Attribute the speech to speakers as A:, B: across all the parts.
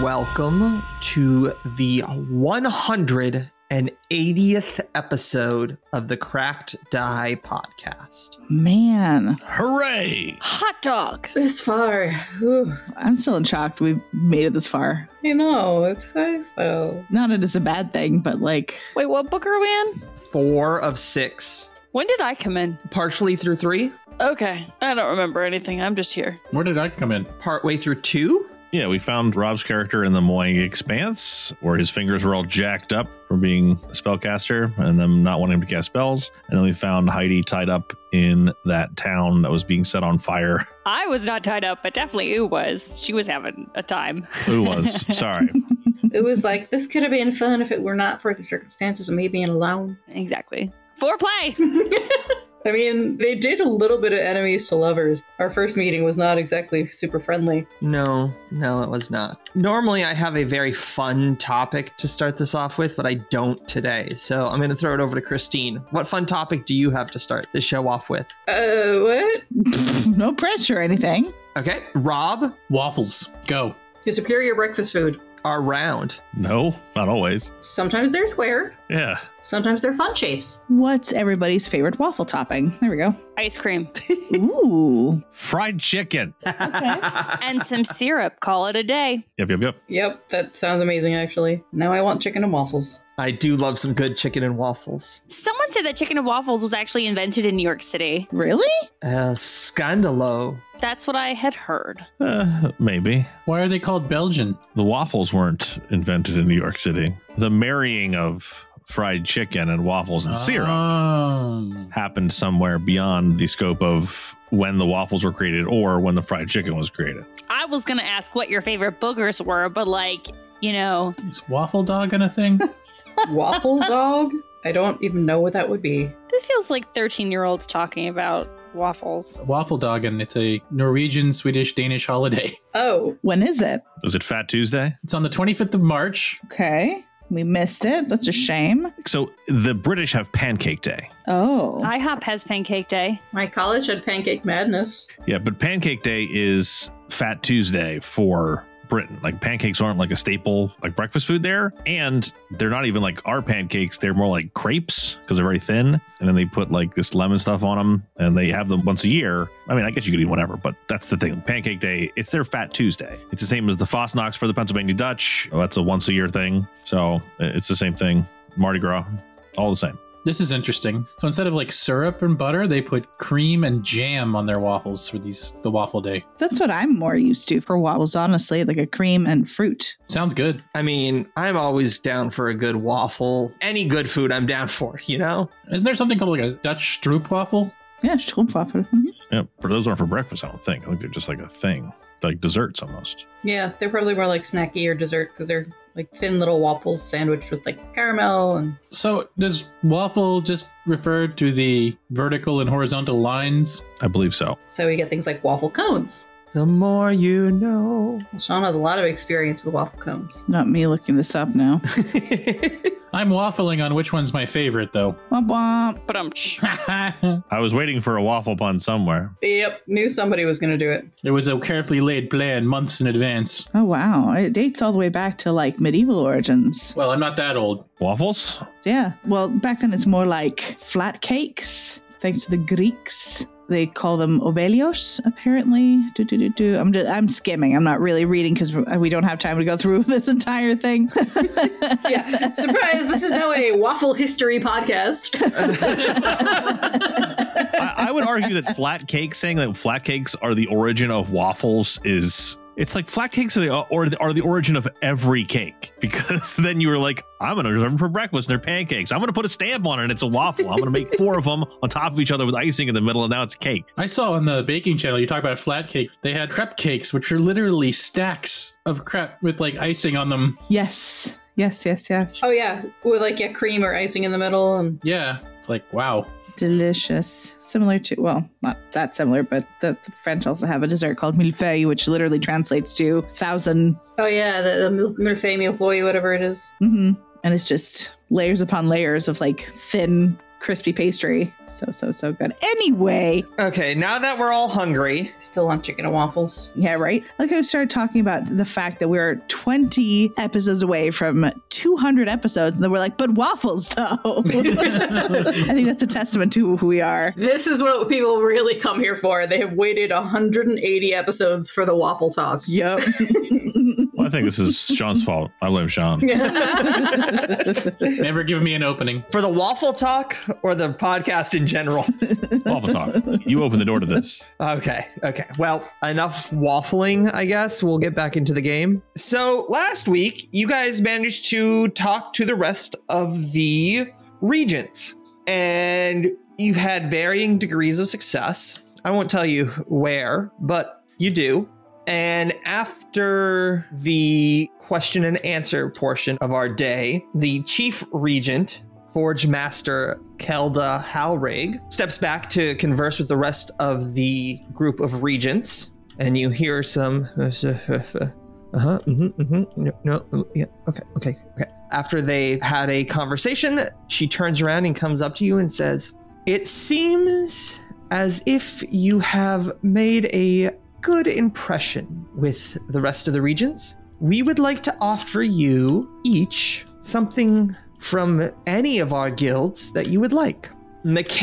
A: welcome to the 180th episode of the Cracked Die podcast.
B: Man,
C: Hooray!
B: hot dog.
D: This far. Whew.
B: I'm still in shock that we've made it this far.
D: I know, it's nice though.
B: Not that it's a bad thing, but like,
E: Wait, what book are we in?
A: Four of six,
E: When did I come in?
A: partially through three,
E: Okay, I don't remember anything. I'm just here.
C: Where did I come in?
A: partway through two.
C: Yeah, we found Rob's character in the Moing Expanse, where his fingers were all jacked up from being a spellcaster and them not wanting him to cast spells. And then we found Heidi tied up in that town that was being set on fire.
E: I was not tied up, but definitely Ooh was. She was having a time.
C: Who was? Sorry.
D: It was like this could have been fun if it were not for the circumstances of me being alone.
E: Exactly. Foreplay.
D: I mean, they did a little bit of enemies to lovers. Our first meeting was not exactly super friendly.
A: No, no, it was not. Normally, I have a very fun topic to start this off with, but I don't today. So I'm going to throw it over to Christine. What fun topic do you have to start the show off with?
D: Uh, what?
B: no pressure or anything.
A: Okay, Rob,
F: Waffles, go.
D: The superior breakfast food.
A: our round.
C: no, not always.
D: Sometimes they're square,
C: Yeah.
D: sometimes they're fun shapes.
B: What's everybody's favorite waffle topping? There we go.
E: Ice cream.
B: Ooh.
C: Fried chicken.
E: And some syrup. Call it a day.
C: Yep, yep, yep.
D: Yep, that sounds amazing actually. Now I want chicken and waffles.
A: I do love some good chicken and waffles.
E: Someone said that chicken and waffles was actually invented in New York City.
B: Really?
A: Uh, scandalo.
E: That's what I had heard.
C: Uh, maybe.
F: Why are they called Belgian?
C: The waffles weren't invented in New York City. The marrying of fried chicken and waffles and syrup.
F: Oh.
C: happened somewhere beyond the scope of when the waffles were created or when the fried chicken was created.
E: I was going to ask what your favorite boogers were, but like, you know,
F: Is waffle dog in a thing?
D: Waffle dog? I don't even know what that would be.
E: this feels like 13 year olds talking about waffles.
F: waffle dog, and it's a Norwegian, Swedish, Danish holiday.
D: Oh,
B: When is it?
C: Is it Fat Tuesday?
F: It's on the 25th of March.
B: Okay. We missed it. That's a shame.
C: So the British have Pancake Day.
B: Oh.
E: IHOP has pancake day.
D: my college had pancake madness.
C: Yeah, but Pancake Day is Fat Tuesday for Britain. Like pancakes aren't like a staple like breakfast food there, and they're not even like our pancakes. They're more like crepes because they're very thin, and then they put like this lemon stuff on them, and they have them once a year. I mean, I guess you could eat whatever, but that's the thing. Pancake Day, it's their Fat Tuesday. It's the same as the Fosnox for the Pennsylvania Dutch. Oh, That's a once a year thing, so it's the same thing. Mardi Gras, all the same.
F: This is interesting. So instead of like syrup and butter, they put cream and jam on their waffles for these the waffle day.
B: That's what I'm more used to for waffles, honestly, like a cream and fruit.
F: Sounds good.
A: I mean, I'm always down for a good waffle. Any good food, I'm down for, you know?
F: Isn't there something called like a Dutch stroopwafel?
B: Yeah, stroopwafel. Mhm.
C: Yeah, but those aren't for breakfast. I don't think. I think they're just like a thing, like desserts almost.
D: Yeah, they're probably more like snacky or dessert because they're like thin little waffles sandwiched with like caramel and
F: So does waffle just refer to the vertical and horizontal lines?
C: I believe so.
D: so we get things like waffle cones.
A: The more you know.
D: Well, Sean has a lot of experience with waffle cones.
B: Not me looking this up now.
F: I'm waffling on which one's my favorite though.
B: Womp womp.
E: But um, tch.
C: I was waiting for a waffle bun somewhere.
D: Yep, knew somebody was gonna do it.
F: It was a carefully laid plan months in advance.
B: Oh, wow. It dates all the way back to like medieval origins.
F: Well, I'm not that old.
C: Waffles?
B: Yeah. Well, back then it's more like flat cakes, thanks to the Greeks. They call them obelios, apparently. Do, do, do, do. I'm just, I'm skimming. I'm not really reading because we don't have time to go through this entire thing.
D: Yeah, surprise! This is now a waffle history podcast.
C: I, I would argue that flat cakes, saying that flat cakes are the origin of waffles, is it's like flat cakes are the or are the origin of every cake because then you were like, I'm gonna serve them for breakfast. and They're pancakes. I'm gonna put a stamp on it. and It's a waffle. I'm gonna make four of them on top of each other with icing in the middle, and now it's cake.
F: I saw on the baking channel you talk about flat cake. They had crepe cakes, which are literally stacks of crepe with like icing on them.
B: yes. Yes, yes, yes.
D: oh yeah, with like yeah, cream or icing in the middle, and
F: Yeah, it's like wow.
B: Delicious. Similar to, well, not that similar, but the, the French also have a dessert called millefeuille, which literally translates to 1000
D: oh yeah, the, the mil- Murphy milfoy, whatever it is.
B: Mm-hmm. And it's just layers upon layers of like thin crispy pastry. So, so, so good. Anyway,
A: Okay, now that we're all hungry,
D: Still on chicken and waffles.
B: yeah, right? Like I started talking about the fact that we're 20 episodes away from 200 episodes, and then we're like, but waffles, though. I think that's a testament to who we are.
D: This is what people really come here for. They have waited 180 episodes for the waffle talk.
B: Yep.
C: Well, I think this is Sean's fault. I blame Sean.
F: Never give me an opening.
A: for the waffle talk or the podcast in general?
C: Lava talk. You open the door to this.
A: Okay, okay. Well, enough waffling, I guess. We'll get back into the game. So, last week, you guys managed to talk to the rest of the regents, and you've had varying degrees of success. I won't tell you where, but you do. And after the question and answer portion of our day, the chief regent, Forge Master Kelda Halrig, steps back to converse with the rest of the group of regents. And you hear some. Uh huh. hmm hmm No. no yeah. Okay. Okay. Okay. After they had a conversation, she turns around and comes up to you and says, It seems as if you have made a good impression with the rest of the regents. We would like to offer you each something from any of our guilds that you would like.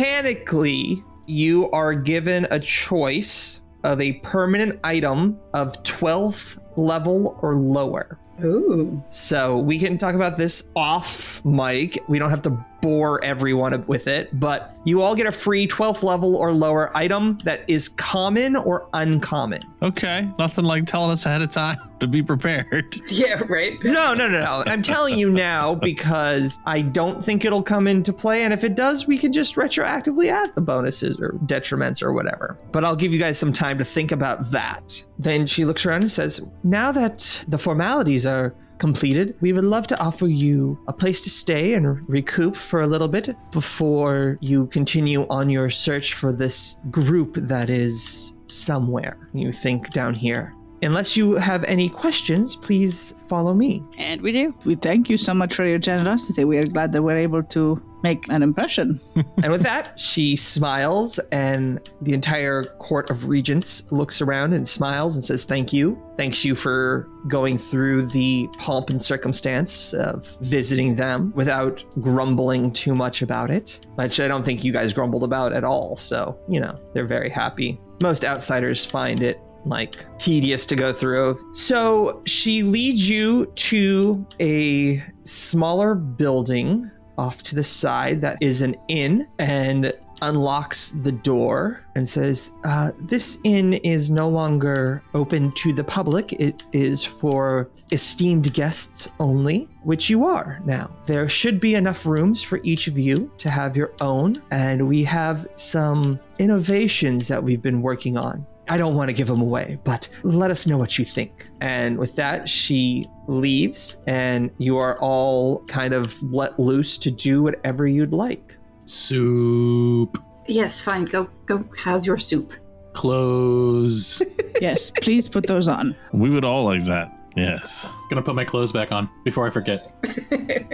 A: Mechanically, you are given a choice of a permanent item of 12th level or lower.
D: Ooh.
A: So we can talk about this off mic. We don't have to bore everyone with it, but you all get a free 12th level or lower item that is common or uncommon.
C: Okay. Nothing like telling us ahead of time to be prepared.
D: Yeah, right?
A: No, no, no, no. I'm telling you now because I don't think it'll come into play. And if it does, we can just retroactively add the bonuses or detriments or whatever. But I'll give you guys some time to think about that. Then she looks around and says, Now that the formalities are completed, we would love to offer you a place to stay and recoup for a little bit before you continue on your search for this group that is somewhere you think down here. Unless you have any questions, please follow me.
E: And we do.
B: We thank you so much for your generosity. We are glad that we're able to make an impression.
A: and with that, she smiles, and the entire court of regents looks around and smiles and says, Thank you. Thanks you for going through the pomp and circumstance of visiting them without grumbling too much about it, which I don't think you guys grumbled about at all. So, you know, they're very happy. Most outsiders find it like tedious to go through. So she leads you to a smaller building off to the side that is an inn and unlocks the door and says, uh, This inn is no longer open to the public. It is for esteemed guests only, which you are now. There should be enough rooms for each of you to have your own, and we have some innovations that we've been working on. I don't want to give them away, but let us know what you think. And with that, she leaves, and you are all kind of let loose to do whatever you'd like.
F: Soup.
D: Yes, fine. Go go have your soup.
F: Clothes.
B: yes, please put those on.
C: We would all like that. Yes.
F: Gonna put my clothes back on before I forget.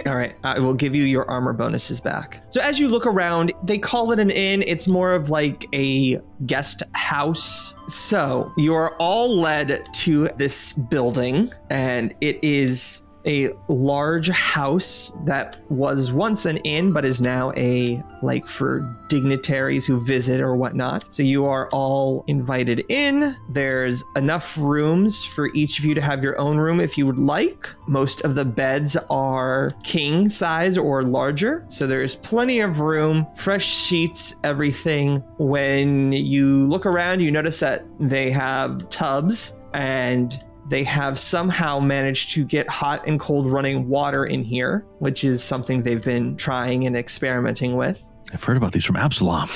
A: All right, I will give you your armor bonuses back. So as you look around, they call it an inn. It's more of like a guest house. So you are all led to this building, and it is a large house that was once an inn but is now a like for dignitaries who visit or whatnot so you are all invited in there's enough rooms for each of you to have your own room if you would like most of the beds are king size or larger so there's plenty of room fresh sheets everything when you look around you notice that they have tubs and they have somehow managed to get hot and cold running water in here, which is something they've been trying and experimenting with,
C: I've heard about these from Absalom.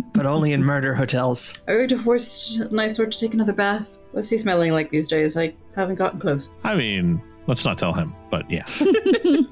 A: but only in murder hotels.
D: Are you divorced? Nice word to take another bath. What's he smelling like these days? I haven't gotten close.
C: I mean, let's not tell him, but yeah.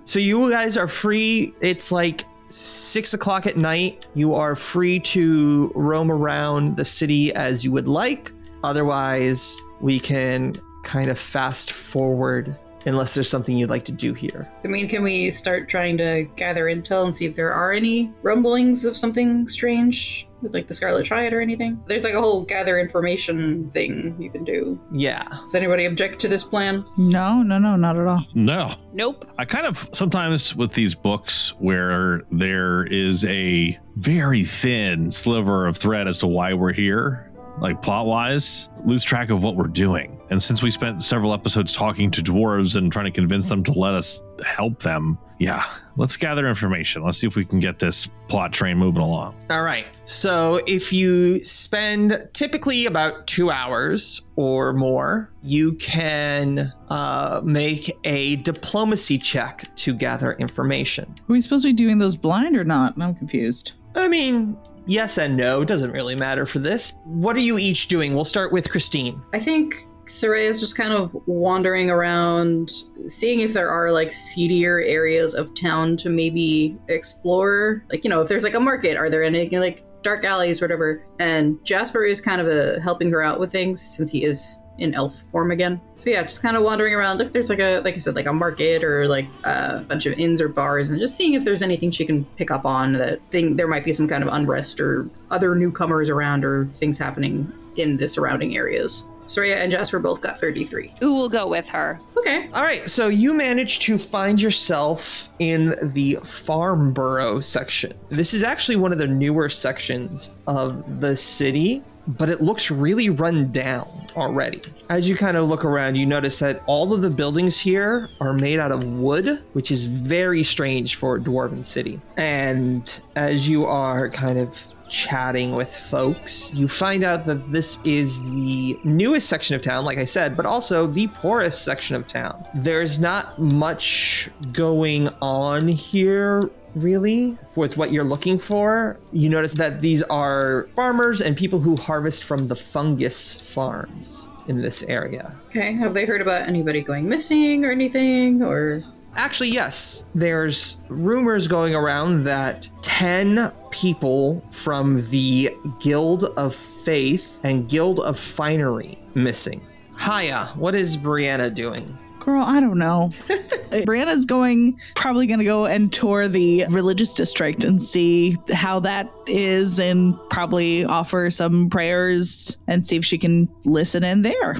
A: So you guys are free. It's like six o'clock at night. You are free to roam around the city as you would like. Otherwise, we can kind of fast forward unless there's something you'd like to do here.
D: I mean, can we start trying to gather intel and see if there are any rumblings of something strange with like the Scarlet Triad or anything? There's like a whole gather information thing you can do.
A: Yeah.
D: Does anybody object to this plan?
B: No, no, no, not at all.
C: No,
E: Nope.
C: I kind of sometimes with these books where there is a very thin sliver of thread as to why we're here, like plot wise, lose track of what we're doing. And since we spent several episodes talking to dwarves and trying to convince them to let us help them, yeah, let's gather information. Let's see if we can get this plot train moving along.
A: All right. So if you spend typically about two hours or more, you can uh, make a diplomacy check to gather information.
B: Are we supposed to be doing those blind or not? I'm confused.
A: I mean, yes and no. It doesn't really matter for this. What are you each doing? We'll start with Christine.
D: I think Saray is just kind of wandering around, seeing if there are like seedier areas of town to maybe explore. Like, you know, if there's like a market, are there any like dark alleys, whatever? And Jasper is kind of uh, helping her out with things since he is in elf form again. So yeah, just kind of wandering around if there's like a like I said like a market or like a bunch of inns or bars and just seeing if there's anything she can pick up on that thing there might be some kind of unrest or other newcomers around or things happening in the surrounding areas. Soraya and Jasper both got 33.
E: Ooh, we'll go with her.
D: Okay.
A: All right, so you manage to find yourself in the farm borough section. This is actually one of the newer sections of the city, but it looks really run down already. As you kind of look around, you notice that all of the buildings here are made out of wood, which is very strange for a dwarven city. And as you are kind of chatting with folks, you find out that this is the newest section of town, like I said, but also the poorest section of town. There's not much going on here. Really, with what you're looking for, you notice that these are farmers and people who harvest from the fungus farms in this area.
D: Okay. Have they heard about anybody going missing or anything? Or
A: Actually, yes. There's rumors going around that 10 people from the Guild of Faith and Guild of Finery missing. Haya, what is Brianna doing?
B: Girl, I don't know. Brianna's going, probably going to go and tour the religious district and see how that is and probably offer some prayers and see if she can listen in there.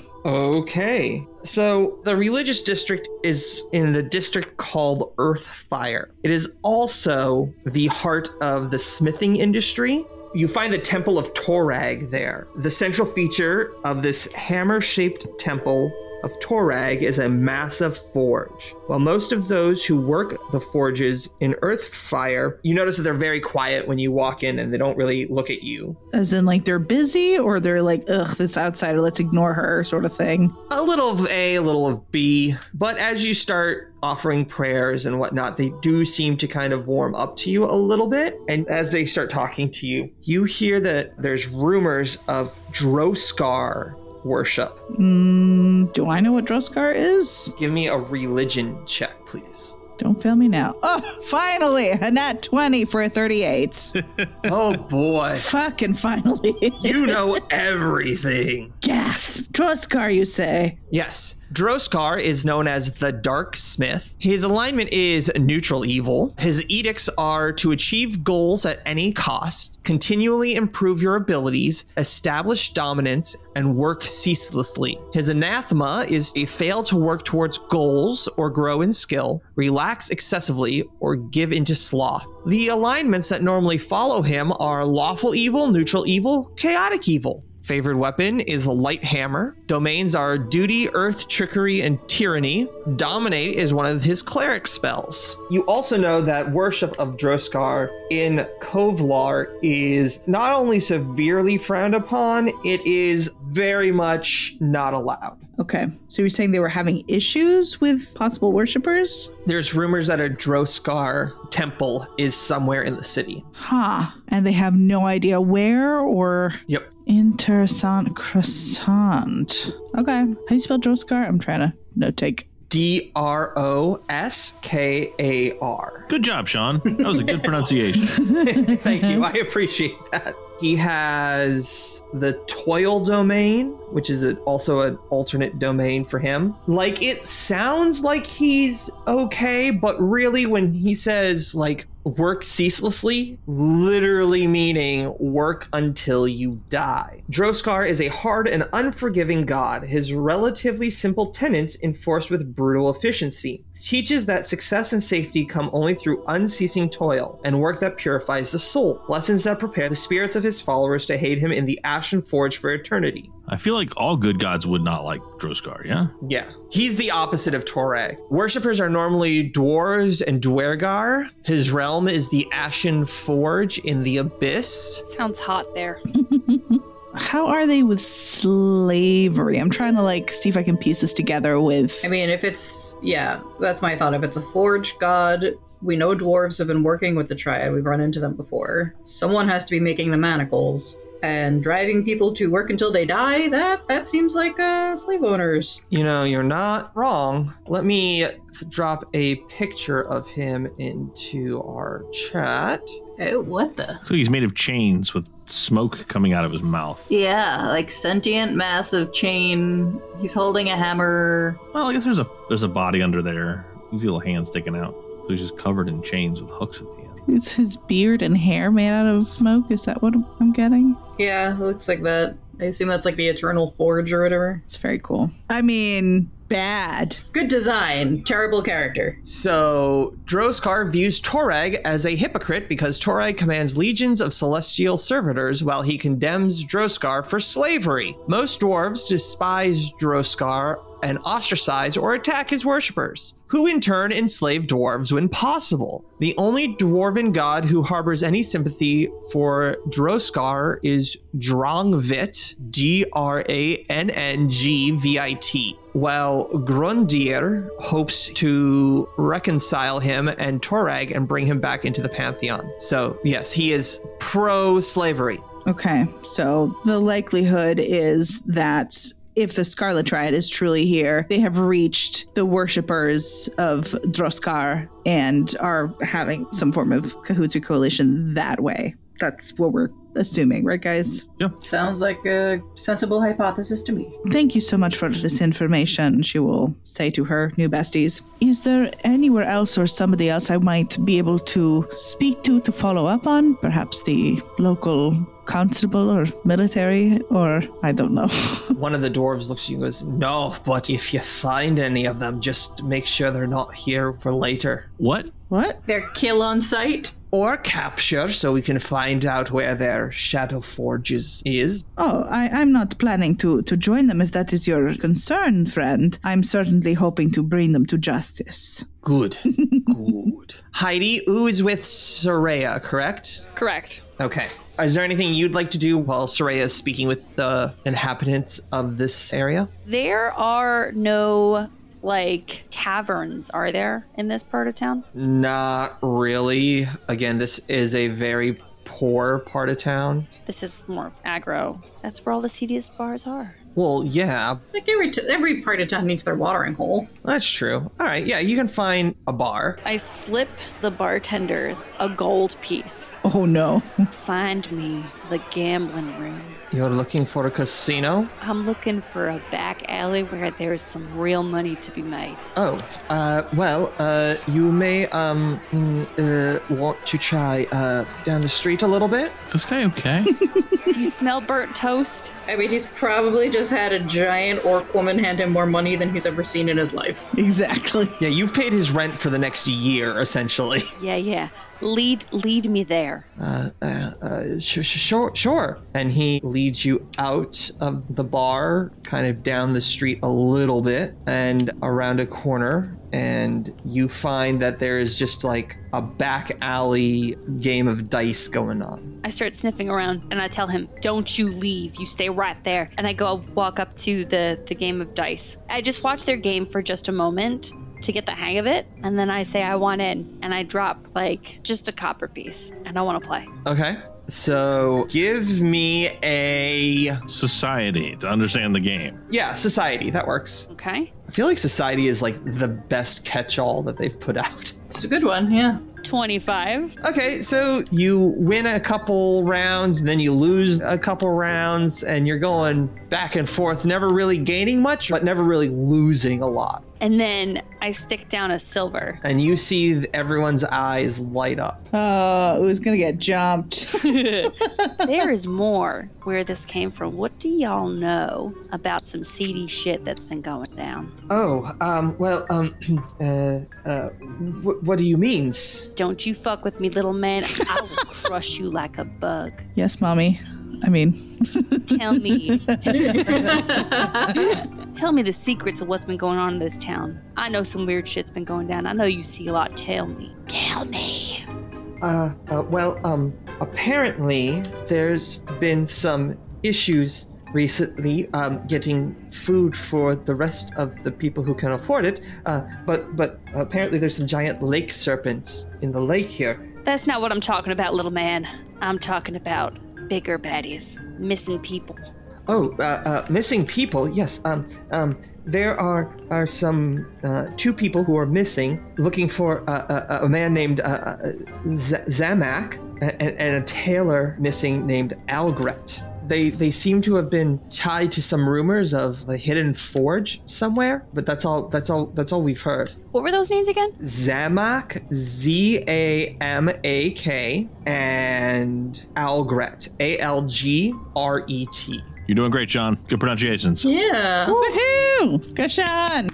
A: Okay. So the religious district is in the district called Earthfire. It is also the heart of the smithing industry. You find the Temple of Torag there. The central feature of this hammer shaped temple of Torag is a massive forge. While most of those who work the forges in Earthfire, you notice that they're very quiet when you walk in and they don't really look at you.
B: As in, like, they're busy or they're like, ugh, this outsider, let's ignore her, sort of thing.
A: a little of A, a little of B. But as you start offering prayers and whatnot, they do seem to kind of warm up to you a little bit. And as they start talking to you, you hear that there's rumors of Droskar worship.
B: Mm, do I know what Droskar is?
A: Give me a religion check, please.
B: Don't fail me now. Oh, finally, a nat 20 for a 38.
A: Oh boy.
B: Fucking finally.
A: You know everything.
B: Gasp. Droskar, you say?
A: Yes. Droskar is known as the Dark Smith. His alignment is neutral evil. His edicts are to achieve goals at any cost, continually improve your abilities, establish dominance, and work ceaselessly. His anathema is to fail to work towards goals or grow in skill, relax excessively, or give into sloth. The alignments that normally follow him are lawful evil, neutral evil, chaotic evil. Favored weapon is a light hammer. Domains are duty, earth, trickery, and tyranny. Dominate is one of his cleric spells. You also know that worship of Droskar in Kovlar is not only severely frowned upon, it is very much not allowed.
B: Okay, so you're saying they were having issues with possible worshippers?
A: There's rumors that a Droskar temple is somewhere in the city.
B: Huh. And they have no idea where or.
A: Yep.
B: Interessant croissant. Okay. How do you spell Droskar? I'm trying to note take.
A: D R O S K A R.
C: Good job, Sean. That was a good pronunciation.
A: Thank
B: Mm-hmm.
A: you. I appreciate that. He has the Toil domain, which is a, also an alternate domain for him. Like, it sounds like he's okay, but really, when he says, like, work ceaselessly, literally meaning work until you die. Droskar is a hard and unforgiving god. His relatively simple tenets enforced with brutal efficiency teaches that success and safety come only through unceasing toil and work that purifies the soul, lessons that prepare the spirits of his followers to hate him in the ashen forge for eternity.
C: I feel like all good gods would not like Droskar, yeah?
A: Yeah. He's the opposite of Torag. Worshippers are normally dwarves and duergar. His realm is the Ashen Forge in the Abyss.
E: Sounds hot there.
B: How are they with slavery? I'm trying to like see if I can piece this together with
D: I mean, if it's yeah, that's my thought. If it's a forge god, we know dwarves have been working with the triad. We've run into them before. Someone has to be making the manacles and driving people to work until they die. That that seems like uh, slave owners.
A: You know, you're not wrong. Let me f- drop a picture of him into our chat.
D: Oh, what the?
C: So he's made of chains with smoke coming out of his mouth.
D: Yeah, like sentient massive chain. He's holding a hammer.
C: Well, I guess there's a there's a body under there. These little hands sticking out. So he's just covered in chains with hooks at the end.
B: it's his beard and hair made out of smoke. Is that what I'm getting?
D: Yeah, it looks like that. I assume that's like the Eternal Forge or whatever.
B: It's very cool. I mean, bad.
D: Good design, terrible character.
A: So, Droskar views Torag as a hypocrite because Torag commands legions of celestial servitors while he condemns Droskar for slavery. Most dwarves despise Droskar and ostracize or attack his worshippers, who in turn enslave dwarves when possible. The only dwarven god who harbors any sympathy for Droskar is Drongvit, D R A N N G V I T. While Grundir hopes to reconcile him and Torag and bring him back into the pantheon. So, yes, he is pro slavery.
B: Okay, so the likelihood is that if the Scarlet Triad is truly here, they have reached the worshippers of Droskar and are having some form of cahoots or coalition that way. That's what we're assuming, right, guys?
D: Sounds like a sensible hypothesis to me.
B: Thank you so much for this information, she will say to her new besties. Is there anywhere else or somebody else I might be able to speak to to follow up on? Perhaps the local constable or military, or I don't know.
A: One of the dwarves looks at you and goes, No, but if you find any of them, just make sure they're not here for later.
C: What?
B: what?
D: Their kill on sight.
A: Or capture so we can find out where their Shadow Forges is.
B: Oh, I, I'm not planning to, to join them if that is your concern, friend. I'm certainly hoping to bring them to justice.
A: Good. Good. Heidi, ooh is with Soraya, correct?
E: Correct.
A: Okay. Is there anything you'd like to do while Soraya is speaking with the inhabitants of this area?
E: There are no like taverns, are there, in this part of town?
A: Not really. Again, this is a very poor part of town.
E: This is more of aggro. That's where all the seediest bars are.
A: Well, yeah,
D: Like every t- every part of town needs their watering hole.
A: That's true. All right, yeah, you can find a bar.
E: I slip the bartender a gold piece.
B: Oh no.
E: Find me the gambling room.
A: You're looking for a casino?
E: I'm looking for a back alley where there's some real money to be made.
A: Oh, uh, well, uh, you may um mm, uh, want to try uh, down the street a little bit.
C: Is this guy okay?
E: Do you smell burnt toast?
D: I mean, he's probably just had a giant orc woman hand him more money than he's ever seen in his life.
B: Exactly.
A: Yeah, you've paid his rent for the next year, essentially.
E: Yeah, yeah. Lead lead me there.
A: Uh, uh, uh, sure, sure, sure. And he leads you out of the bar, kind of down the street a little bit, and around a corner. And you find that there is just like a back alley game of dice going on.
E: I start sniffing around and I tell him, "Don't you leave. You stay right there." And I go walk up to the the game of dice. I just watch their game for just a moment to get the hang of it, and then I say I want in, and I drop like just a copper piece, and I want to play.
A: Okay. So give me a
C: Society to understand the game.
A: yeah, society. That works.
E: Okay.
A: I feel like society is like the best catch-all that they've put out.
D: It's a good one, yeah.
E: 25.
A: Okay, so you win a couple rounds, then you lose a couple rounds, and you're going back and forth, never really gaining much, but never really losing a lot.
E: And then I stick down a silver.
A: And you see everyone's eyes light up.
B: Uh, it was gonna get jumped.
E: there is more where this came from. What do y'all know about some seedy shit that's been going down?
A: Oh, um, well, um, uh, uh, wh- what do you mean? S-
E: Don't you fuck with me, little man. I will crush you like a bug.
B: yes, mommy. I mean,
E: Tell me. Tell me the secrets of what's been going on in this town. I know some weird shit's been going down. I know you see a lot. Tell me. Tell me.
A: Uh, uh, well, um, apparently there's been some issues recently um, getting food for the rest of the people who can afford it. Uh, but but apparently there's some giant lake serpents in the lake here.
E: That's not what I'm talking about, little man. I'm talking about bigger baddies, missing people.
A: Oh, uh, uh, missing people. Yes. Um, um, there are are some uh, two people who are missing, looking for uh, a, a man named uh, uh, Z- Zamak and, and a tailor missing named Algret. They they seem to have been tied to some rumors of a hidden forge somewhere, but that's all that's all that's all we've heard.
E: What were those names again?
A: Zamak, Z A M A K, and Algret, A L G R E T.
C: You're doing great, John. Good pronunciations.
D: yeah.
B: woohoo! Go Sean!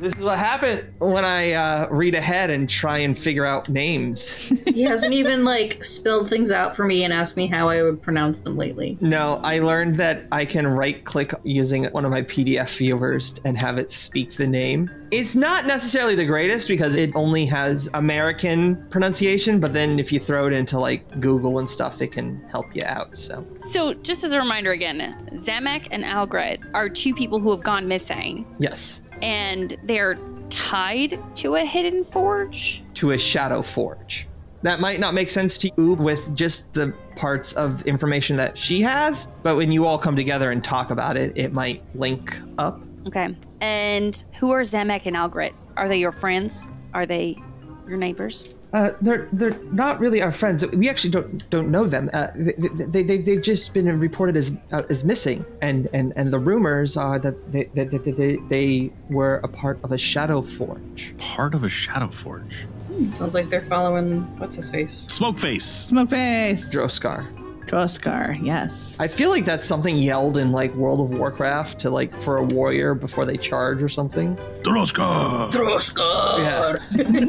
A: This is what happened when I uh, read ahead and try and figure out names.
D: He hasn't even like spelled things out for me and asked me how I would pronounce them lately.
A: no, I learned that I can right click using one of my PDF viewers and have it speak the name. It's not necessarily the greatest because it only has American pronunciation, but then if you throw it into like Google and stuff, it can help you out. So,
E: So, just as a reminder again, Zamek and Algret are two people who have gone missing,
A: yes,
E: and they're tied to a hidden forge.
A: to a Shadow Forge. That might not make sense to you with just the parts of information that she has, but when you all come together and talk about it, it might link up.
E: Okay. And who are Zamek and Algret? Are they your friends? Are they your neighbors?
A: Uh, they're they're not really our friends. We actually don't don't know them. Uh, they, they they have just been reported as uh, as missing, and, and and the rumors are that they that that- that they, they were a part of a shadow forge.
C: Part of a shadow forge.
D: Sounds like they're following what's his face.
C: Smoke face.
B: Smoke face!
A: Droskar.
B: Droskar, yes.
A: I feel like that's something yelled in like World of Warcraft to like for a warrior before they charge or something.
C: Droska.
D: Droska.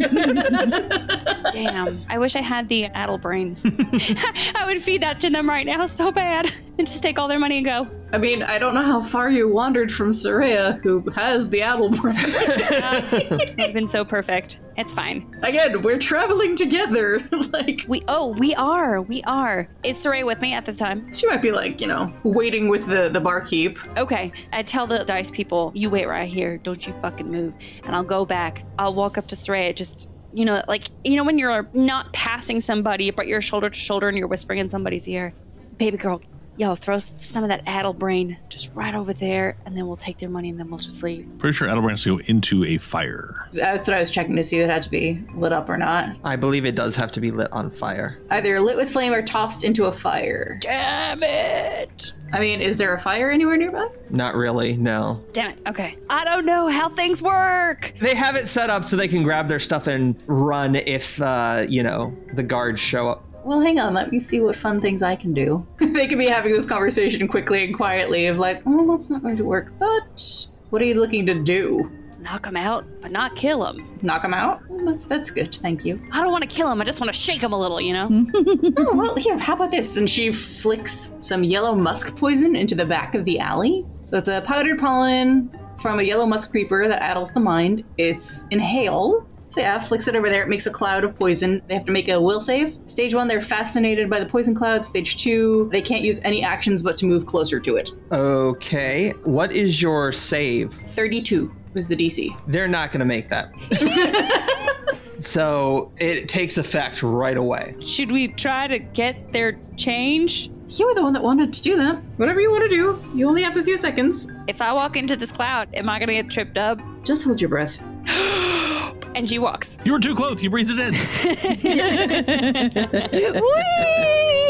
A: Yeah.
E: Damn. I wish I had the addle brain. I would feed that to them right now so bad and just take all their money and go.
D: I mean, I don't know how far you wandered from Soraya, who has the Adelbrand.
E: I've been so perfect. It's fine.
D: Again, we're traveling together. like
E: We, oh, we are. We are. Is Saray with me at this time?
D: she might be like, you know, waiting with the the barkeep.
E: Okay, I tell the dice people, you wait right here. Don't you fucking move. And I'll go back. I'll walk up to Saraya, just, you know, like, you know, when you're not passing somebody, but you're shoulder to shoulder and you're whispering in somebody's ear, baby girl, yo, throw some of that addle brain just right over there, and then we'll take their money and then we'll just leave.
C: Pretty sure Adelbrand has to go into a fire.
D: That's what I was checking to see if it had to be lit up or not.
A: I believe it does have to be lit on fire.
D: Either lit with flame or tossed into a fire.
E: Damn it.
D: I mean, is there a fire anywhere nearby?
A: Not really. No.
E: Damn it. Okay. I don't know how things work.
A: They have it set up so they can grab their stuff and run if uh, you know the guards show up.
D: Well, hang on. Let me see what fun things I can do. they could be having this conversation quickly and quietly of like, oh, that's not going to work. But what are you looking to do?
E: Knock them out, but not kill them.
D: Knock him out? Well, that's that's good. Thank you.
E: I don't want to kill them. I just want to shake them a little, you know?
D: oh well, here. How about this? And she flicks some yellow musk poison into the back of the alley. So it's a powdered pollen from a yellow musk creeper that addles the mind. It's inhale. So yeah, flicks it over there. It makes a cloud of poison. They have to make a will save. Stage one, they're fascinated by the poison cloud. Stage two, they can't use any actions but to move closer to it.
A: Okay, what is your save?
D: Thirty-two was the DC.
A: They're not going to make that. So it takes effect right away.
E: Should we try to get their change?
D: You were the one that wanted to do that. Whatever you want to do, you only have a few seconds.
E: If I walk into this cloud, am I gonna get tripped up?
D: Just hold your breath.
E: And she walks.
C: You were too close. You breathed it in.
E: Whee!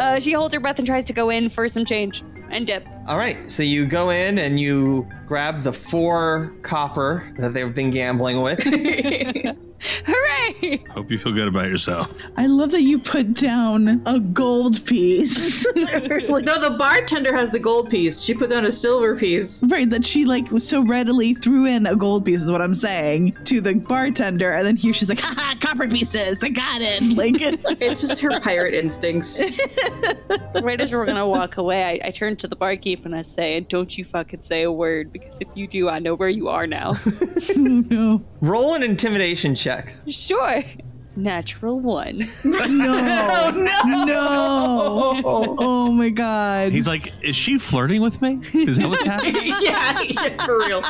E: Uh, she holds her breath and tries to go in for some change and dip.
A: All right, so you go in and you grab the four copper that they've been gambling with.
E: Hooray!
C: Hope you feel good about yourself.
B: I love that you put down a gold piece.
D: No, the bartender has the gold piece. She put down a silver piece.
B: Right, that she like so readily threw in a gold piece is what I'm saying to the bartender, and then here she's like, haha, copper pieces, I got it. Like
D: It's just her pirate instincts.
E: right as we're gonna walk away, I, I turn to the barkeep and I say, "And don't you fucking say a word because if you do, I know where you are now."
B: no.
A: Roll an intimidation check.
E: sure. Natural one.
B: No.
D: no!
B: No. Oh my god.
C: He's like, is she flirting with me? Is that what's happening?
D: yeah, yeah, for real.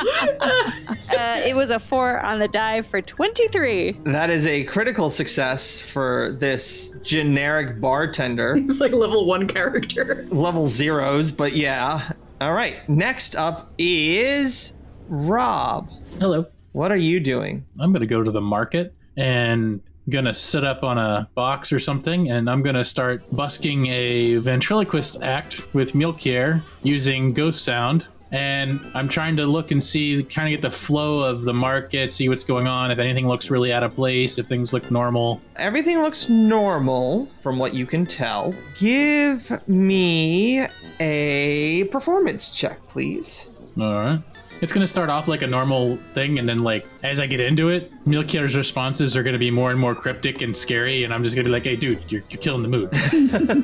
E: Uh, it was a four on the die for twenty-three.
A: That is a critical success for this generic bartender.
D: It's like level one character.
A: Level zeros, but yeah. All right, next up is Rob.
F: Hello.
A: What are you doing?
F: I'm gonna go to the market and gonna sit up on a box or something, and I'm gonna start busking a ventriloquist act with Milkier using ghost sound. And I'm trying to look and see, kind of get the flow of the market, see what's going on, if anything looks really out of place, if things look normal.
A: Everything looks normal from what you can tell. Give me a performance check, please.
F: All right. It's going to start off like a normal thing, and then, like, as I get into it, Milkier's responses are going to be more and more cryptic and scary, and I'm just going to be like, hey, dude, you're, you're killing the mood.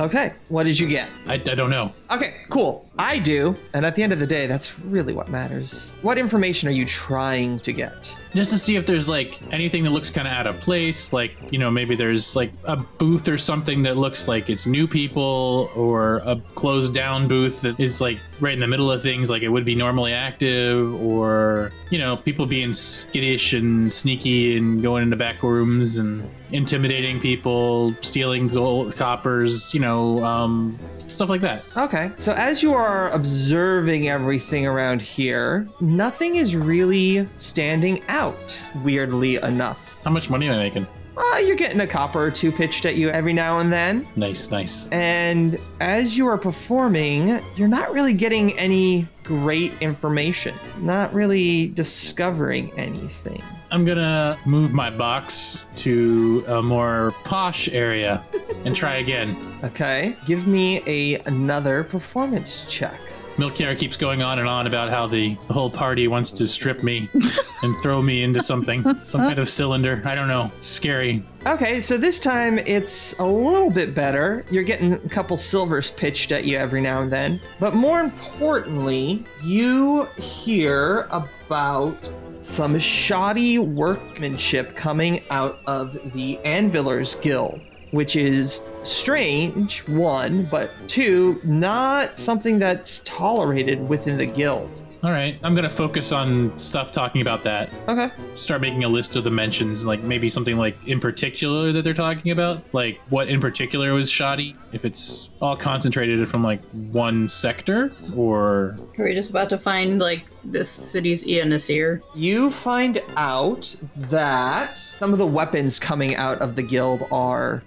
A: Okay, what did you get?
F: I, I don't know.
A: Okay, cool. I do. And at the end of the day, that's really what matters. What information are you trying to get?
F: just to see if there's like anything that looks kind of out of place like you know maybe there's like a booth or something that looks like it's new people or a closed down booth that is like right in the middle of things like it would be normally active or you know people being skittish and sneaky and going into back rooms and intimidating people stealing gold coppers you know um, stuff like that
A: Okay, so as you are observing everything around here, nothing is really standing out, weirdly enough.
F: how much money am i making
A: Uh, you're getting a copper or two pitched at you every now and then.
F: nice nice
A: And as you are performing, you're not really getting any great information, not really discovering anything.
F: I'm gonna move my box to a more posh area and try again.
A: Okay, give me a another performance check.
F: Milkier keeps going on and on about how the whole party wants to strip me and throw me into something, some kind of cylinder. I don't know. Scary.
A: Okay, so this time it's a little bit better. You're getting a couple silvers pitched at you every now and then. But more importantly, you hear about some shoddy workmanship coming out of the Anvilers Guild, which is strange, one, but two, not something that's tolerated within the guild.
F: All right, I'm gonna focus on stuff talking about that.
A: Okay.
F: Start making a list of the mentions, like maybe something like in particular that they're talking about, like what in particular was shoddy. If it's all concentrated from like one sector, or
D: We're just about to find like this city's Ionisir.
A: You find out that some of the weapons coming out of the guild are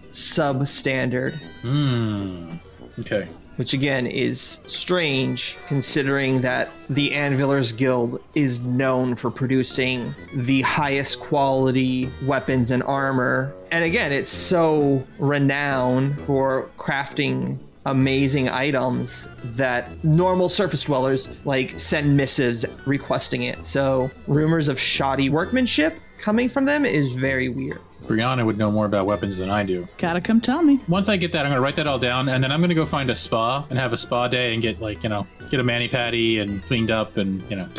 A: substandard,
F: hmm, okay.
A: which again is strange considering that the Anvilers Guild is known for producing the highest quality weapons and armor. And again, it's so renowned for crafting amazing items that normal surface dwellers like send missives requesting it. So, rumors of shoddy workmanship coming from them is very weird.
F: Brianna would know more about weapons than I do.
B: Gotta come tell me.
F: Once I get that, I'm gonna write that all down, and then I'm gonna go find a spa and have a spa day and get like you know get a mani patty and cleaned up and you know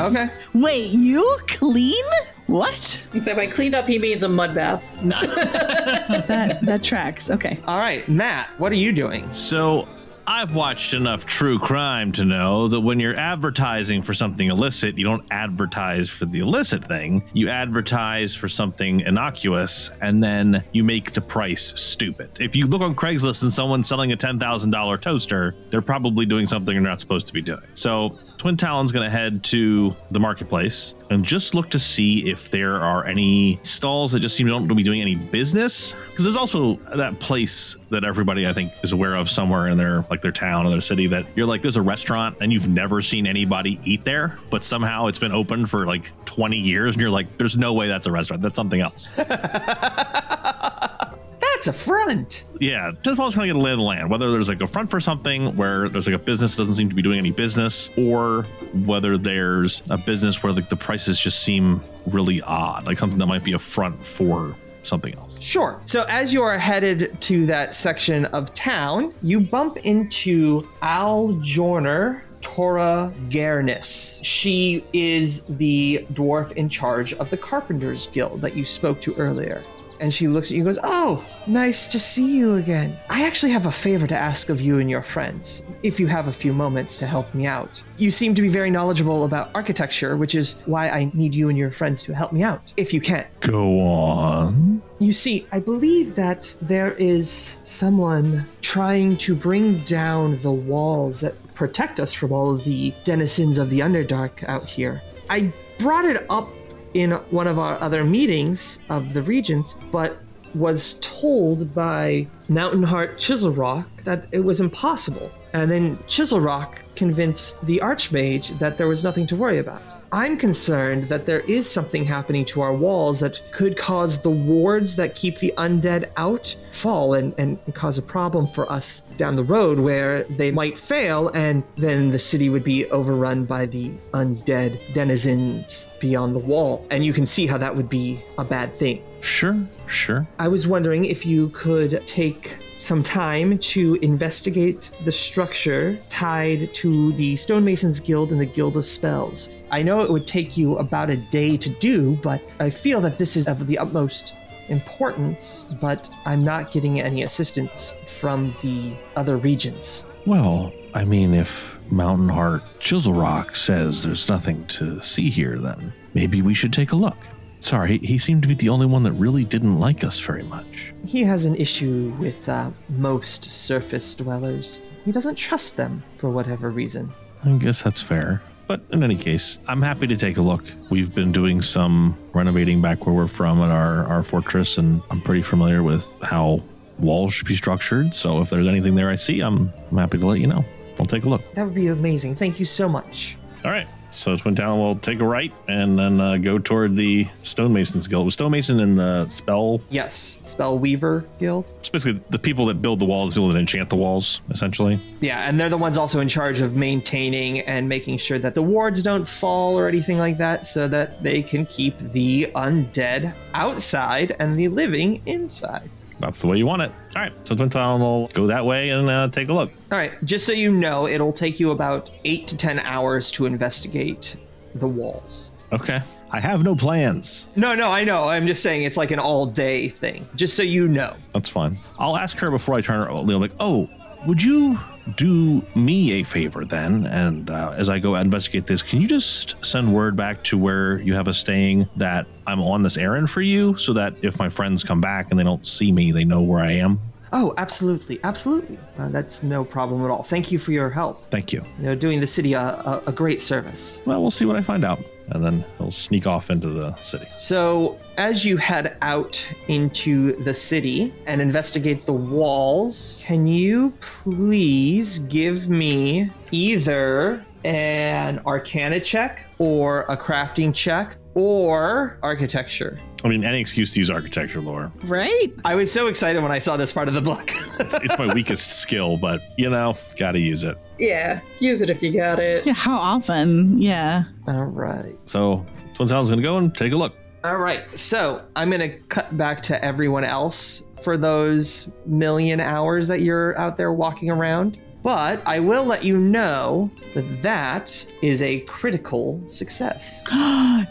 A: Okay.
B: Wait, you clean? What?
D: Except by cleaned up, he means a mud bath.
B: That that tracks. Okay.
A: All right, Matt, what are you doing?
C: So I've watched enough true crime to know that when you're advertising for something illicit, you don't advertise for the illicit thing. You advertise for something innocuous and then you make the price stupid. If you look on Craigslist and someone's selling a $10,000 toaster, they're probably doing something they're not supposed to be doing. So Twin Talon's going to head to the marketplace and just look to see if there are any stalls that just seem to not be doing any business. Because there's also that place that everybody I think is aware of somewhere in their like their town or their city that you're like there's a restaurant and you've never seen anybody eat there, but somehow it's been open for like 20 years and you're like there's no way that's a restaurant. That's something else.
A: That's a front.
C: yeah, just while trying to get a lay of the land, whether there's like a front for something where there's like a business that doesn't seem to be doing any business, or whether there's a business where like the prices just seem really odd, like something that might be a front for something else.
A: Sure. So as you are headed to that section of town, you bump into Al Jorner Tora Gernis. She is the dwarf in charge of the Carpenters Guild that you spoke to earlier. And she looks at you and goes, Oh, nice to see you again. I actually have a favor to ask of you and your friends, if you have a few moments to help me out. You seem to be very knowledgeable about architecture, which is why I need you and your friends to help me out, if you can.
C: Go on.
A: You see, I believe that there is someone trying to bring down the walls that protect us from all of the denizens of the Underdark out here. I brought it up in one of our other meetings of the Regents, but was told by Mountainheart Chiselrock that it was impossible. And then Chiselrock convinced the Archmage that there was nothing to worry about. I'm concerned that there is something happening to our walls that could cause the wards that keep the undead out fall and, and cause a problem for us down the road where they might fail and then the city would be overrun by the undead denizens beyond the wall. And you can see how that would be a bad thing.
C: Sure, sure.
A: I was wondering if you could take some time to investigate the structure tied to the Stonemasons Guild and the Guild of Spells. I know it would take you about a day to do, but I feel that this is of the utmost importance, but I'm not getting any assistance from the other regions.
C: Well, I mean, if Mountain Heart Chisel Rock says there's nothing to see here, then maybe we should take a look. Sorry, he seemed to be the only one that really didn't like us very much.
A: He has an issue with uh, most surface dwellers. He doesn't trust them for whatever reason.
C: I guess that's fair. But in any case, I'm happy to take a look. We've been doing some renovating back where we're from at our, our fortress, and I'm pretty familiar with how walls should be structured. So if there's anything there I see, I'm, I'm happy to let you know. I'll take a look.
A: That would be amazing. Thank you so much.
C: All right. So Twin Town will take a right and then uh, go toward the Stonemason's Guild. Was Stonemason in the spell?
A: Yes, Spell Weaver Guild.
C: It's basically the people that build the walls, people that enchant the walls, essentially.
A: Yeah, and they're the ones also in charge of maintaining and making sure that the wards don't fall or anything like that so that they can keep the undead outside and the living inside.
C: That's the way you want it. All right. So Twin Town will go that way and uh, take a look.
A: All right, just so you know, it'll take you about 8 to 10 hours to investigate the walls.
C: Okay. I have no plans.
A: No, no, I know. I'm just saying it's like an all day thing. Just so you know.
C: That's fine. I'll ask her before I turn her. Leo, like, oh, would you do me a favor then? And uh, as I go investigate this, can you just send word back to where you have us staying that I'm on this errand for you, so that if my friends come back and they don't see me, they know where I am.
A: Oh, absolutely. Absolutely. Uh, that's no problem at all. Thank you for your help.
C: Thank you.
A: You know, doing the city a, a, a great service.
C: Well, we'll see what I find out, and then he'll sneak off into the city.
A: So, as you head out into the city and investigate the walls, can you please give me either an arcana check or a crafting check or architecture?
C: I mean, any excuse to use architecture lore.
B: Right?
A: I was so excited when I saw this part of the book.
C: It's my weakest skill, but you know, gotta use it.
D: Yeah, use it if you got it.
B: Yeah, how often? Yeah.
A: all right.
C: So Twin Town's gonna go and take a look.
A: All right. So I'm going to cut back to everyone else for those million hours that you're out there walking around. But I will let you know that that is a critical success.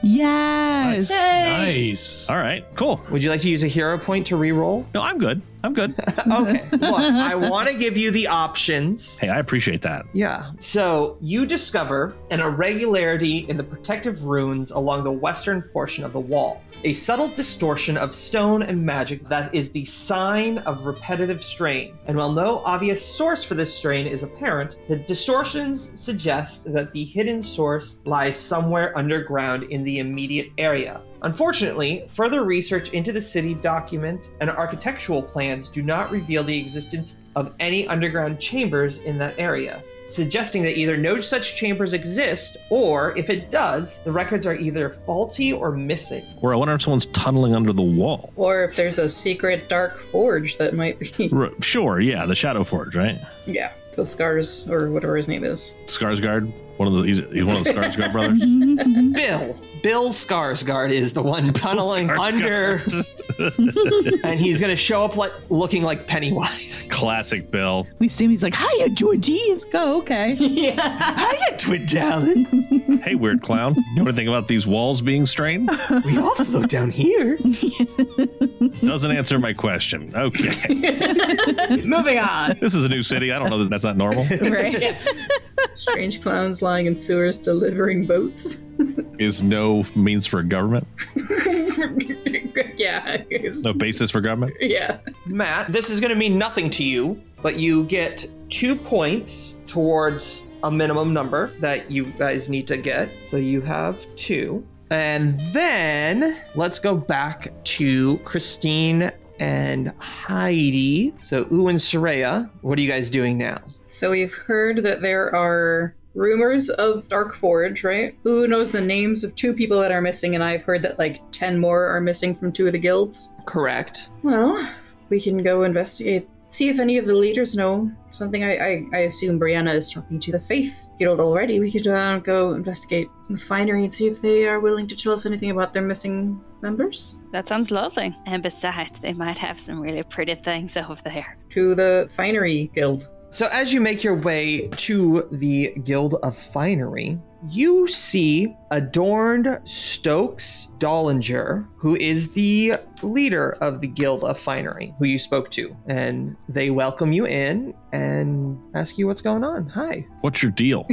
B: yes.
F: Nice.
C: All right, cool.
A: Would you like to use a hero point to reroll?
C: No, I'm good. I'm good.
A: Okay, look, I want to give you the options.
C: Hey, I appreciate that.
A: Yeah. So you discover an irregularity in the protective runes along the western portion of the wall, a subtle distortion of stone and magic that is the sign of repetitive strain. And while no obvious source for this strain is apparent, the distortions suggest that the hidden source lies somewhere underground in the immediate area. Unfortunately, further research into the city documents and architectural plans do not reveal the existence of any underground chambers in that area, suggesting that either no such chambers exist, or if it does, the records are either faulty or missing.
C: Or I wonder if someone's tunneling under the wall.
D: Or if there's a secret dark forge that might be.
C: R- sure, yeah, the Shadow Forge, right?
D: yeah. Those scars, or whatever his name is.
C: Skarsgård, one of the he's, he's one of the Skarsgård brothers.
B: Mhm.
A: Bill, Bill Skarsgård is the one tunneling
C: Skarsgård.
A: under, and he's gonna show up like looking like Pennywise.
C: Classic Bill.
B: we see him. He's like, "Hiya, Georgie." Go, okay.
D: Yeah.
A: Hiya, Twiddalin.
C: Hey, weird clown. You know anything about these walls being strained?
A: We all float down here.
C: Doesn't answer my question. Okay.
D: Moving on.
C: This is a new city. I don't know that that's not normal.
B: Right.
D: Strange clowns lying in sewers delivering boats.
C: Is no means for government,
D: yeah. I guess.
C: no basis for government.
D: Yeah.
A: Matt, this is going to mean nothing to you, but you get two points towards a minimum number that you guys need to get. So you have two. And then let's go back to Christine and Heidi. So, U and Soraya, what are you guys doing now?
D: So we've heard that there are rumors of Dark Forge, right? Who knows the names of two people that are missing, and I've heard that like 10 more are missing from two of the guilds.
A: Correct.
D: Well, we can go investigate. See if any of the leaders know something. I, I, I assume Brianna is talking to the Faith Guild already. We could uh, go investigate the finery and see if they are willing to tell us anything about their missing members.
E: That sounds lovely. And besides, they might have some really pretty things over there.
D: To the Finery Guild.
A: So, as you make your way to the Guild of Finery, you see adorned Stokes Dollinger, who is the leader of the Guild of Finery, who you spoke to. And they welcome you in and ask you what's going on. Hi.
C: What's your deal?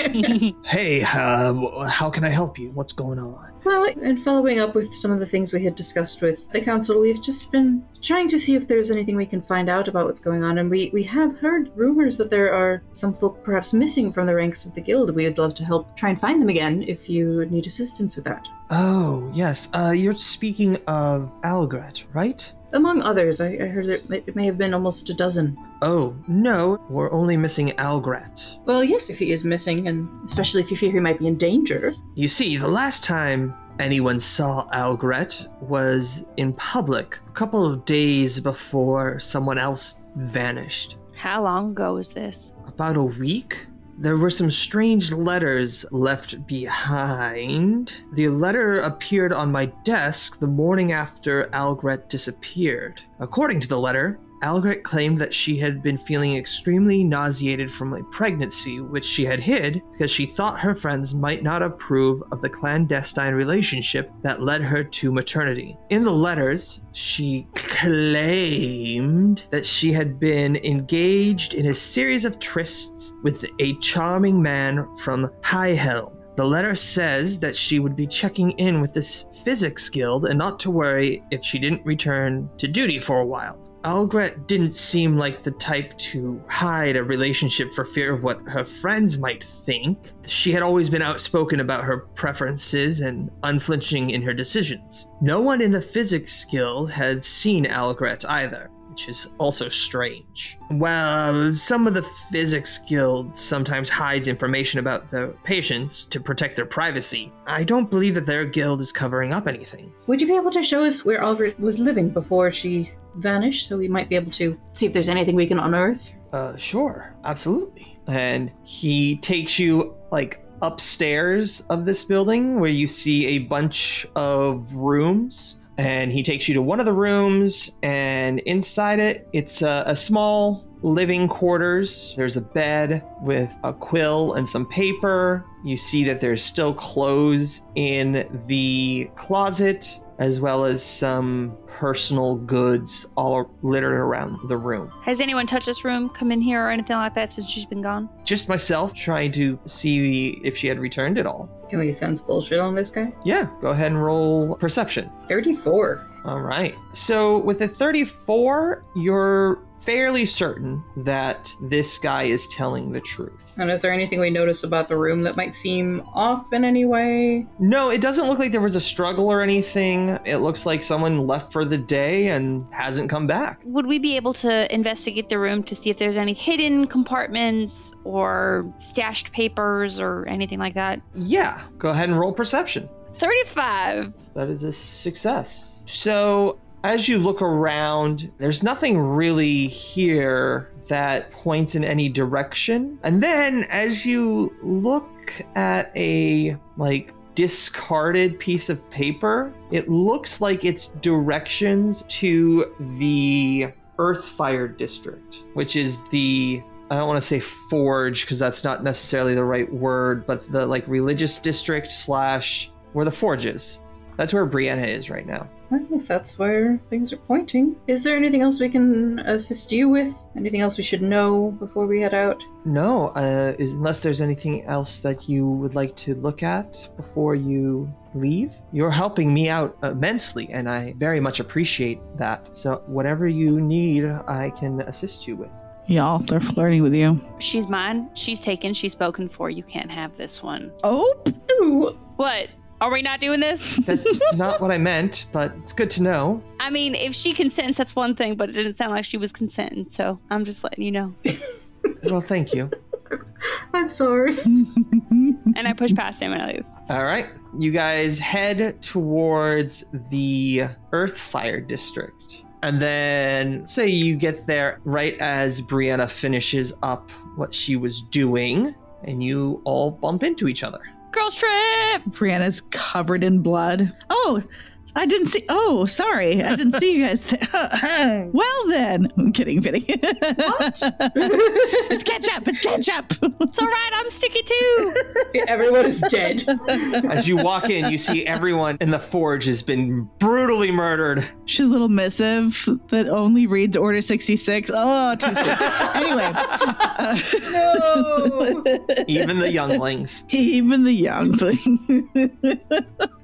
A: Hey, uh, wh- how can I help you? What's going on?
D: Well, and following up with some of the things we had discussed with the council, we've just been trying to see if there's anything we can find out about what's going on, and we, we have heard rumors that there are some folk perhaps missing from the ranks of the guild. We would love to help try and find them again if you need assistance with that.
A: Oh, yes. Uh, you're speaking of Algret, right?
D: Among others, I, I heard that it may have been almost a dozen.
A: Oh, no. We're only missing Algret.
D: Well, yes, if he is missing, and especially if you fear he might be in danger.
A: You see, the last time anyone saw Algret was in public, a couple of days before someone else vanished.
E: How long ago was this?
A: About a week? There were some strange letters left behind. The letter appeared on my desk the morning after Algret disappeared. According to the letter, Algret claimed that she had been feeling extremely nauseated from a pregnancy, which she had hid because she thought her friends might not approve of the clandestine relationship that led her to maternity. In the letters, she claimed that she had been engaged in a series of trysts with a charming man from Highhelm. The letter says that she would be checking in with this physics guild and not to worry if she didn't return to duty for a while. Algret didn't seem like the type to hide a relationship for fear of what her friends might think. She had always been outspoken about her preferences and unflinching in her decisions. No one in the physics guild had seen Algret either which is also strange. Well, some of the physics guild sometimes hides information about their patients to protect their privacy. I don't believe that their guild is covering up anything.
D: Would you be able to show us where Aldrich was living before she vanished so we might be able to see if there's anything we can unearth?
A: Uh, sure, absolutely. And he takes you like upstairs of this building where you see a bunch of rooms. And he takes you to one of the rooms, and inside it, it's a, a small living quarters. There's a bed with a quill and some paper. You see that there's still clothes in the closet. as well as some personal goods all littered around the room.
E: Has anyone touched this room, come in here, or anything like that since she's been gone?
A: Just myself trying to see if she had returned at all.
D: Can we sense bullshit on this guy?
A: Yeah, go ahead and roll perception.
D: 34.
A: All right. So with a 34, you're fairly certain that this guy is telling the truth.
D: And is there anything we notice about the room that might seem off in any way?
A: No, it doesn't look like there was a struggle or anything. It looks like someone left for the day and hasn't come back.
E: Would we be able to investigate the room to see if there's any hidden compartments or stashed papers or anything like that?
A: Yeah, go ahead and roll perception.
E: 35.
A: That is a success. So, as you look around, there's nothing really here that points in any direction. And then as you look at a like discarded piece of paper, it looks like it's directions to the Earthfire District, which is the I don't want to say forge because that's not necessarily the right word, but the like religious district slash where the forge is. That's where Brianna is right now.
D: Well, if that's where things are pointing. Is there anything else we can assist you with? Anything else we should know before we head out?
A: No, uh, is- unless there's anything else that you would like to look at before you leave. You're helping me out immensely, and I very much appreciate that. So, whatever you need, I can assist you with.
B: Y'all, they're flirting with you.
E: She's mine. She's taken. She's spoken for. You can't have this one.
B: Oh,
D: Ooh,
E: What? Are we not doing this?
A: That's not what I meant, but it's good to know.
E: I mean, if she consents, that's one thing, but it didn't sound like she was consenting, so I'm just letting you know.
A: Well, thank you.
D: I'm sorry.
E: And I push past him and I leave.
A: All right. You guys head towards the Earthfire District. And then, say you get there right as Brianna finishes up what she was doing, and you all bump into each other.
E: Girls trip!
B: Brianna's covered in blood. Oh, I didn't see. Oh, sorry, I didn't see you guys. there. well then, I'm kidding, kidding. What? it's ketchup. It's ketchup.
E: It's all right. I'm sticky too.
D: Everyone is dead.
A: As you walk in, you see everyone in the forge has been brutally murdered.
B: She's a little missive that only reads Order 66. Oh, too soon. anyway. uh,
D: no.
A: Even the younglings.
B: even the young thing.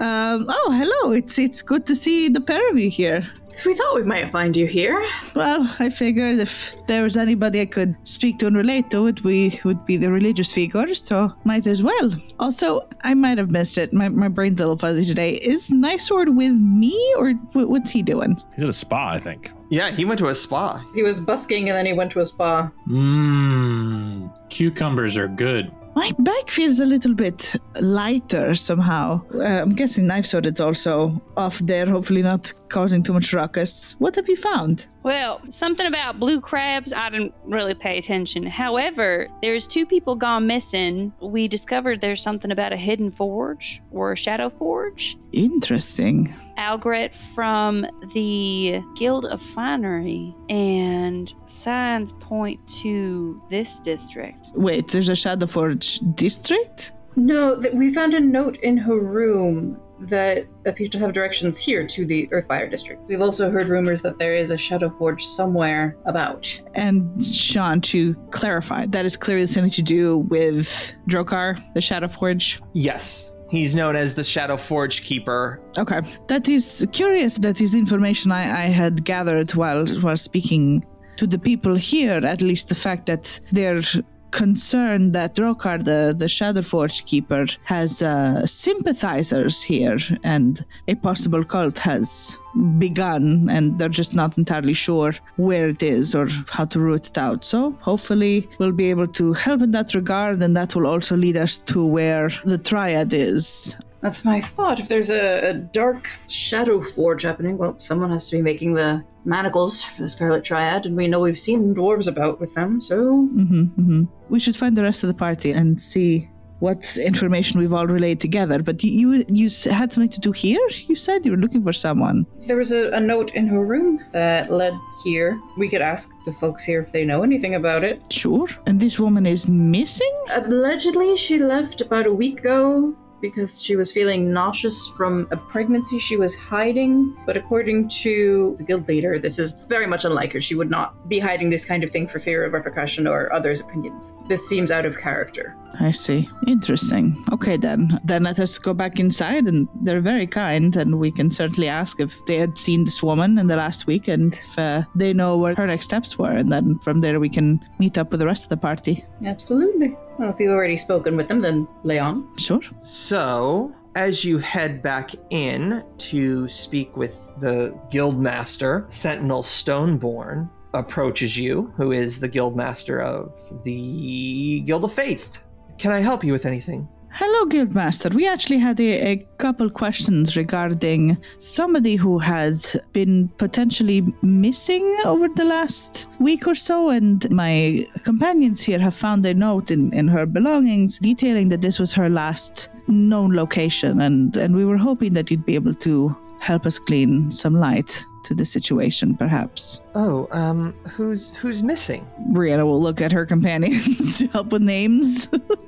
B: um, oh, hello. It's it's good to see the pair of you here.
D: We thought we might find you here.
B: Well, I figured if there was anybody I could speak to and relate to, it we would be the religious figures, so might as well. Also, I might have missed it. My, my brain's a little fuzzy today. Is Nysword with me, or wh- what's he doing?
C: He's at a spa, I think.
A: Yeah, he went to a spa.
D: He was busking and then he went to a spa.
F: Mmm. Cucumbers are good.
B: My back feels a little bit lighter somehow. Uh, I'm guessing knife sword is also off there, hopefully not causing too much ruckus. What have you found?
E: Well, something about blue crabs, I didn't really pay attention. However, there's two people gone missing. We discovered there's something about a hidden forge or a shadow forge.
B: Interesting.
E: Algret from the Guild of Finery, and signs point to this district.
B: Wait, there's a Shadow Forge district?
D: No, th- we found a note in her room that appeared to have directions here to the Earthfire District. We've also heard rumors that there is a Shadow Forge somewhere about.
B: And Sean, to clarify, that is clearly something to do with Drokar, the Shadow Forge.
A: Yes. He's known as the Shadow Forge Keeper.
B: Okay, that is curious. That is information I, I had gathered while while speaking to the people here. At least the fact that they're concerned that Drokar, the the Shadowforge keeper, has uh, sympathizers here, and a possible cult has begun, and they're just not entirely sure where it is or how to root it out. So hopefully we'll be able to help in that regard, and that will also lead us to where the Triad is.
D: That's my thought. If there's a, a dark Shadow Forge happening, well, someone has to be making the manacles for the Scarlet Triad, and we know we've seen dwarves about with them, so.
B: hmm hmm We should find the rest of the party and see what information we've all relayed together. But y- you you s- had something to do here. You said you were looking for someone.
D: There was a, a note in her room that led here. We could ask the folks here if they know anything about it.
B: Sure. And this woman is missing.
D: Allegedly, she left about a week ago because she was feeling nauseous from a pregnancy she was hiding. But according to the guild leader, this is very much unlike her. She would not be hiding this kind of thing for fear of repercussion or others' opinions. This seems out of character.
B: I see. Interesting. Okay, then. Then let us go back inside, and they're very kind, and we can certainly ask if they had seen this woman in the last week and if uh, they know what her next steps were, and then from there we can meet up with the rest of the party.
D: Absolutely. Well, if you've already spoken with them, then lay on.
B: Sure.
A: So, as you head back in to speak with the guildmaster, Sentinel Stoneborn approaches you, who is the guildmaster of the Guild of Faith. Can I help you with anything?
B: Hello, Guildmaster. We actually had a, a couple questions regarding somebody who has been potentially missing over the last week or so, and my companions here have found a note in, in her belongings detailing that this was her last known location, and, and we were hoping that you'd be able to help us glean some light to the situation, perhaps.
A: Oh, um, who's who's missing?
B: Brianna will look at her companions to help with names.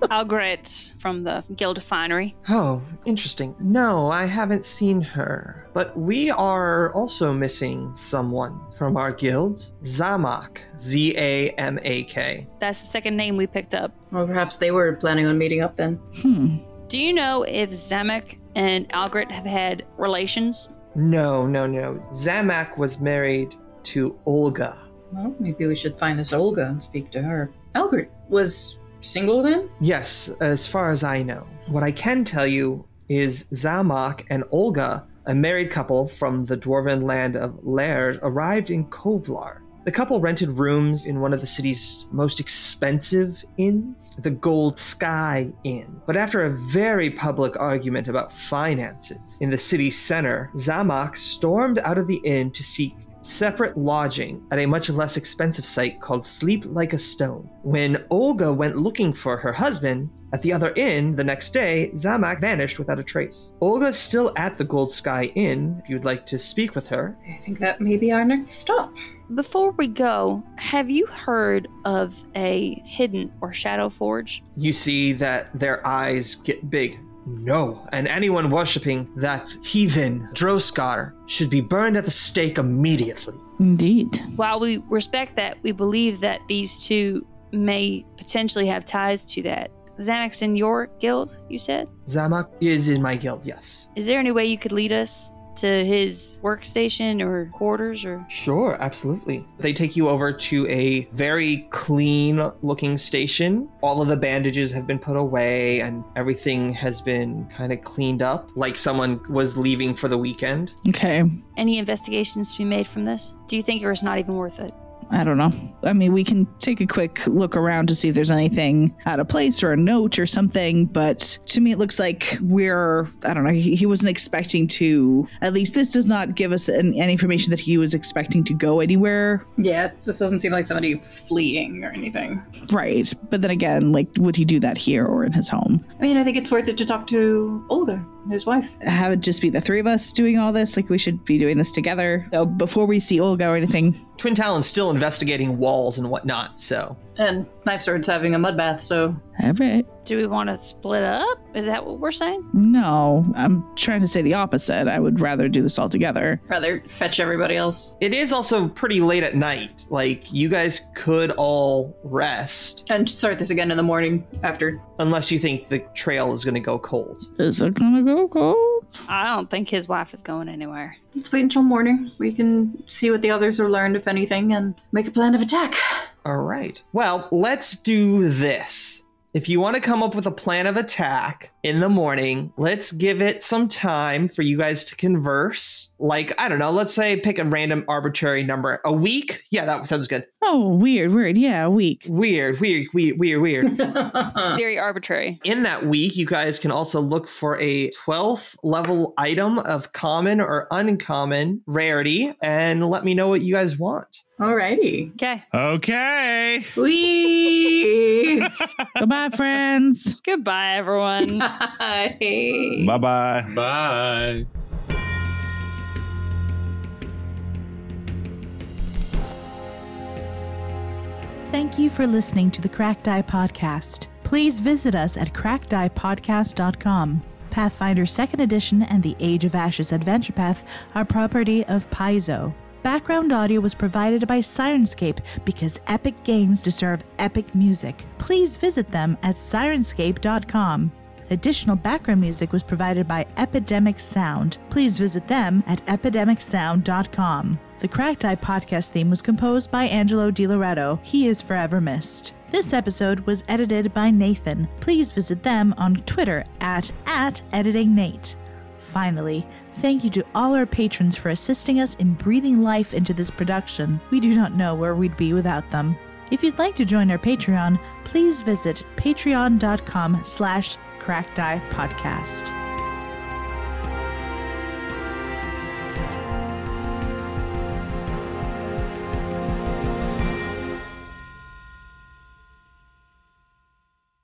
E: Algret from the Guild Finery.
A: Oh, interesting. No, I haven't seen her. But we are also missing someone from our guild. Zamak. Z A M A K.
E: That's the second name we picked up.
D: Well, perhaps they were planning on meeting up then.
B: Hmm.
E: Do you know if Zamek and Algret have had relations?
A: No, no, no. Zamak was married to Olga.
D: Well, maybe we should find this Olga and speak to her. Albert was single then?
A: Yes, as far as I know. What I can tell you is Zamak and Olga, a married couple from the dwarven land of Laird, arrived in Kovlar. The couple rented rooms in one of the city's most expensive inns, the Gold Sky Inn. But after a very public argument about finances in the city center, Zamak stormed out of the inn to seek separate lodging at a much less expensive site called Sleep Like a Stone. When Olga went looking for her husband at the other inn the next day, Zamak vanished without a trace. Olga's still at the Gold Sky Inn if you'd like to speak with her.
D: I think that may be our next stop.
E: Before we go, have you heard of a hidden or shadow forge?
A: You see that their eyes get big. No, and anyone worshipping that heathen Droskar should be burned at the stake immediately.
B: Indeed.
E: While we respect that, we believe that these two may potentially have ties to that. Zamak's in your guild, you said?
A: Zamak is in my guild, yes.
E: Is there any way you could lead us to his workstation or quarters or
A: Sure, absolutely. They take you over to a very clean looking station. All of the bandages have been put away and everything has been kind of cleaned up, like someone was leaving for the weekend.
B: Okay.
E: any investigations to be made from this? Do you think it was not even worth it?
B: I don't know. I mean, we can take a quick look around to see if there's anything out of place or a note or something. But to me, it looks like we're, I don't know, he, he wasn't expecting to, at least this does not give us an, any information that he was expecting to go anywhere.
D: Yeah, this doesn't seem like somebody fleeing or anything.
B: Right. But then again, like, would he do that here or in his home?
D: I mean, I think it's worth it to talk to Olga, his wife.
B: Have it just be the three of us doing all this? Like, we should be doing this together. So before we see Olga or anything,
A: Twin Talon's still investigating walls and whatnot, so.
D: And Knife Sword's having a mud bath, so
B: all right.
E: Do we want to split up? Is that what we're saying?
B: No, I'm trying to say the opposite. I would rather do this all together.
D: rather fetch everybody else
A: It is also pretty late at night. Like, you guys could all rest
D: and start this again in the morning after.
A: unless you think the trail is going to go cold.
B: Is it gonna go cold?
E: I don't think his wife is going anywhere.
D: Let's wait until morning. We can see what the others are learned, if anything, and make a plan of attack.
A: All right. Well, let's do this. If you want to come up with a plan of attack in the morning, let's give it some time for you guys to converse. Like, I don't know, let's say pick a random arbitrary number. A week? Yeah, that sounds good.
B: Oh, weird, weird. Yeah, weak.
A: Weird, weird, weird, weird, weird.
E: Very arbitrary.
A: in that week, you guys can also look for a 12th level item of common or uncommon rarity and let me know what you guys want.
D: Alrighty.
E: Okay.
C: Okay.
D: Wee!
B: Goodbye, friends.
E: Goodbye, everyone.
D: Bye.
C: Bye bye.
F: Bye.
G: Thank you for listening to the Cracked Eye Podcast. Please visit us at crackedeyepodcast.com. Pathfinder 2nd Edition and the Age of Ashes Adventure Path are property of Paizo. Background audio was provided by Sirenscape because epic games deserve epic music. Please visit them at sirenscape.com. Additional background music was provided by Epidemic Sound. Please visit them at epidemicsound.com. The Cracked Eye podcast theme was composed by Angelo DiLoretto. He is forever missed. This episode was edited by Nathan. Please visit them on Twitter at, at editingnate. Finally, thank you to all our patrons for assisting us in breathing life into this production. We do not know where we'd be without them. If you'd like to join our Patreon, please visit patreon.com slash cracked eye podcast.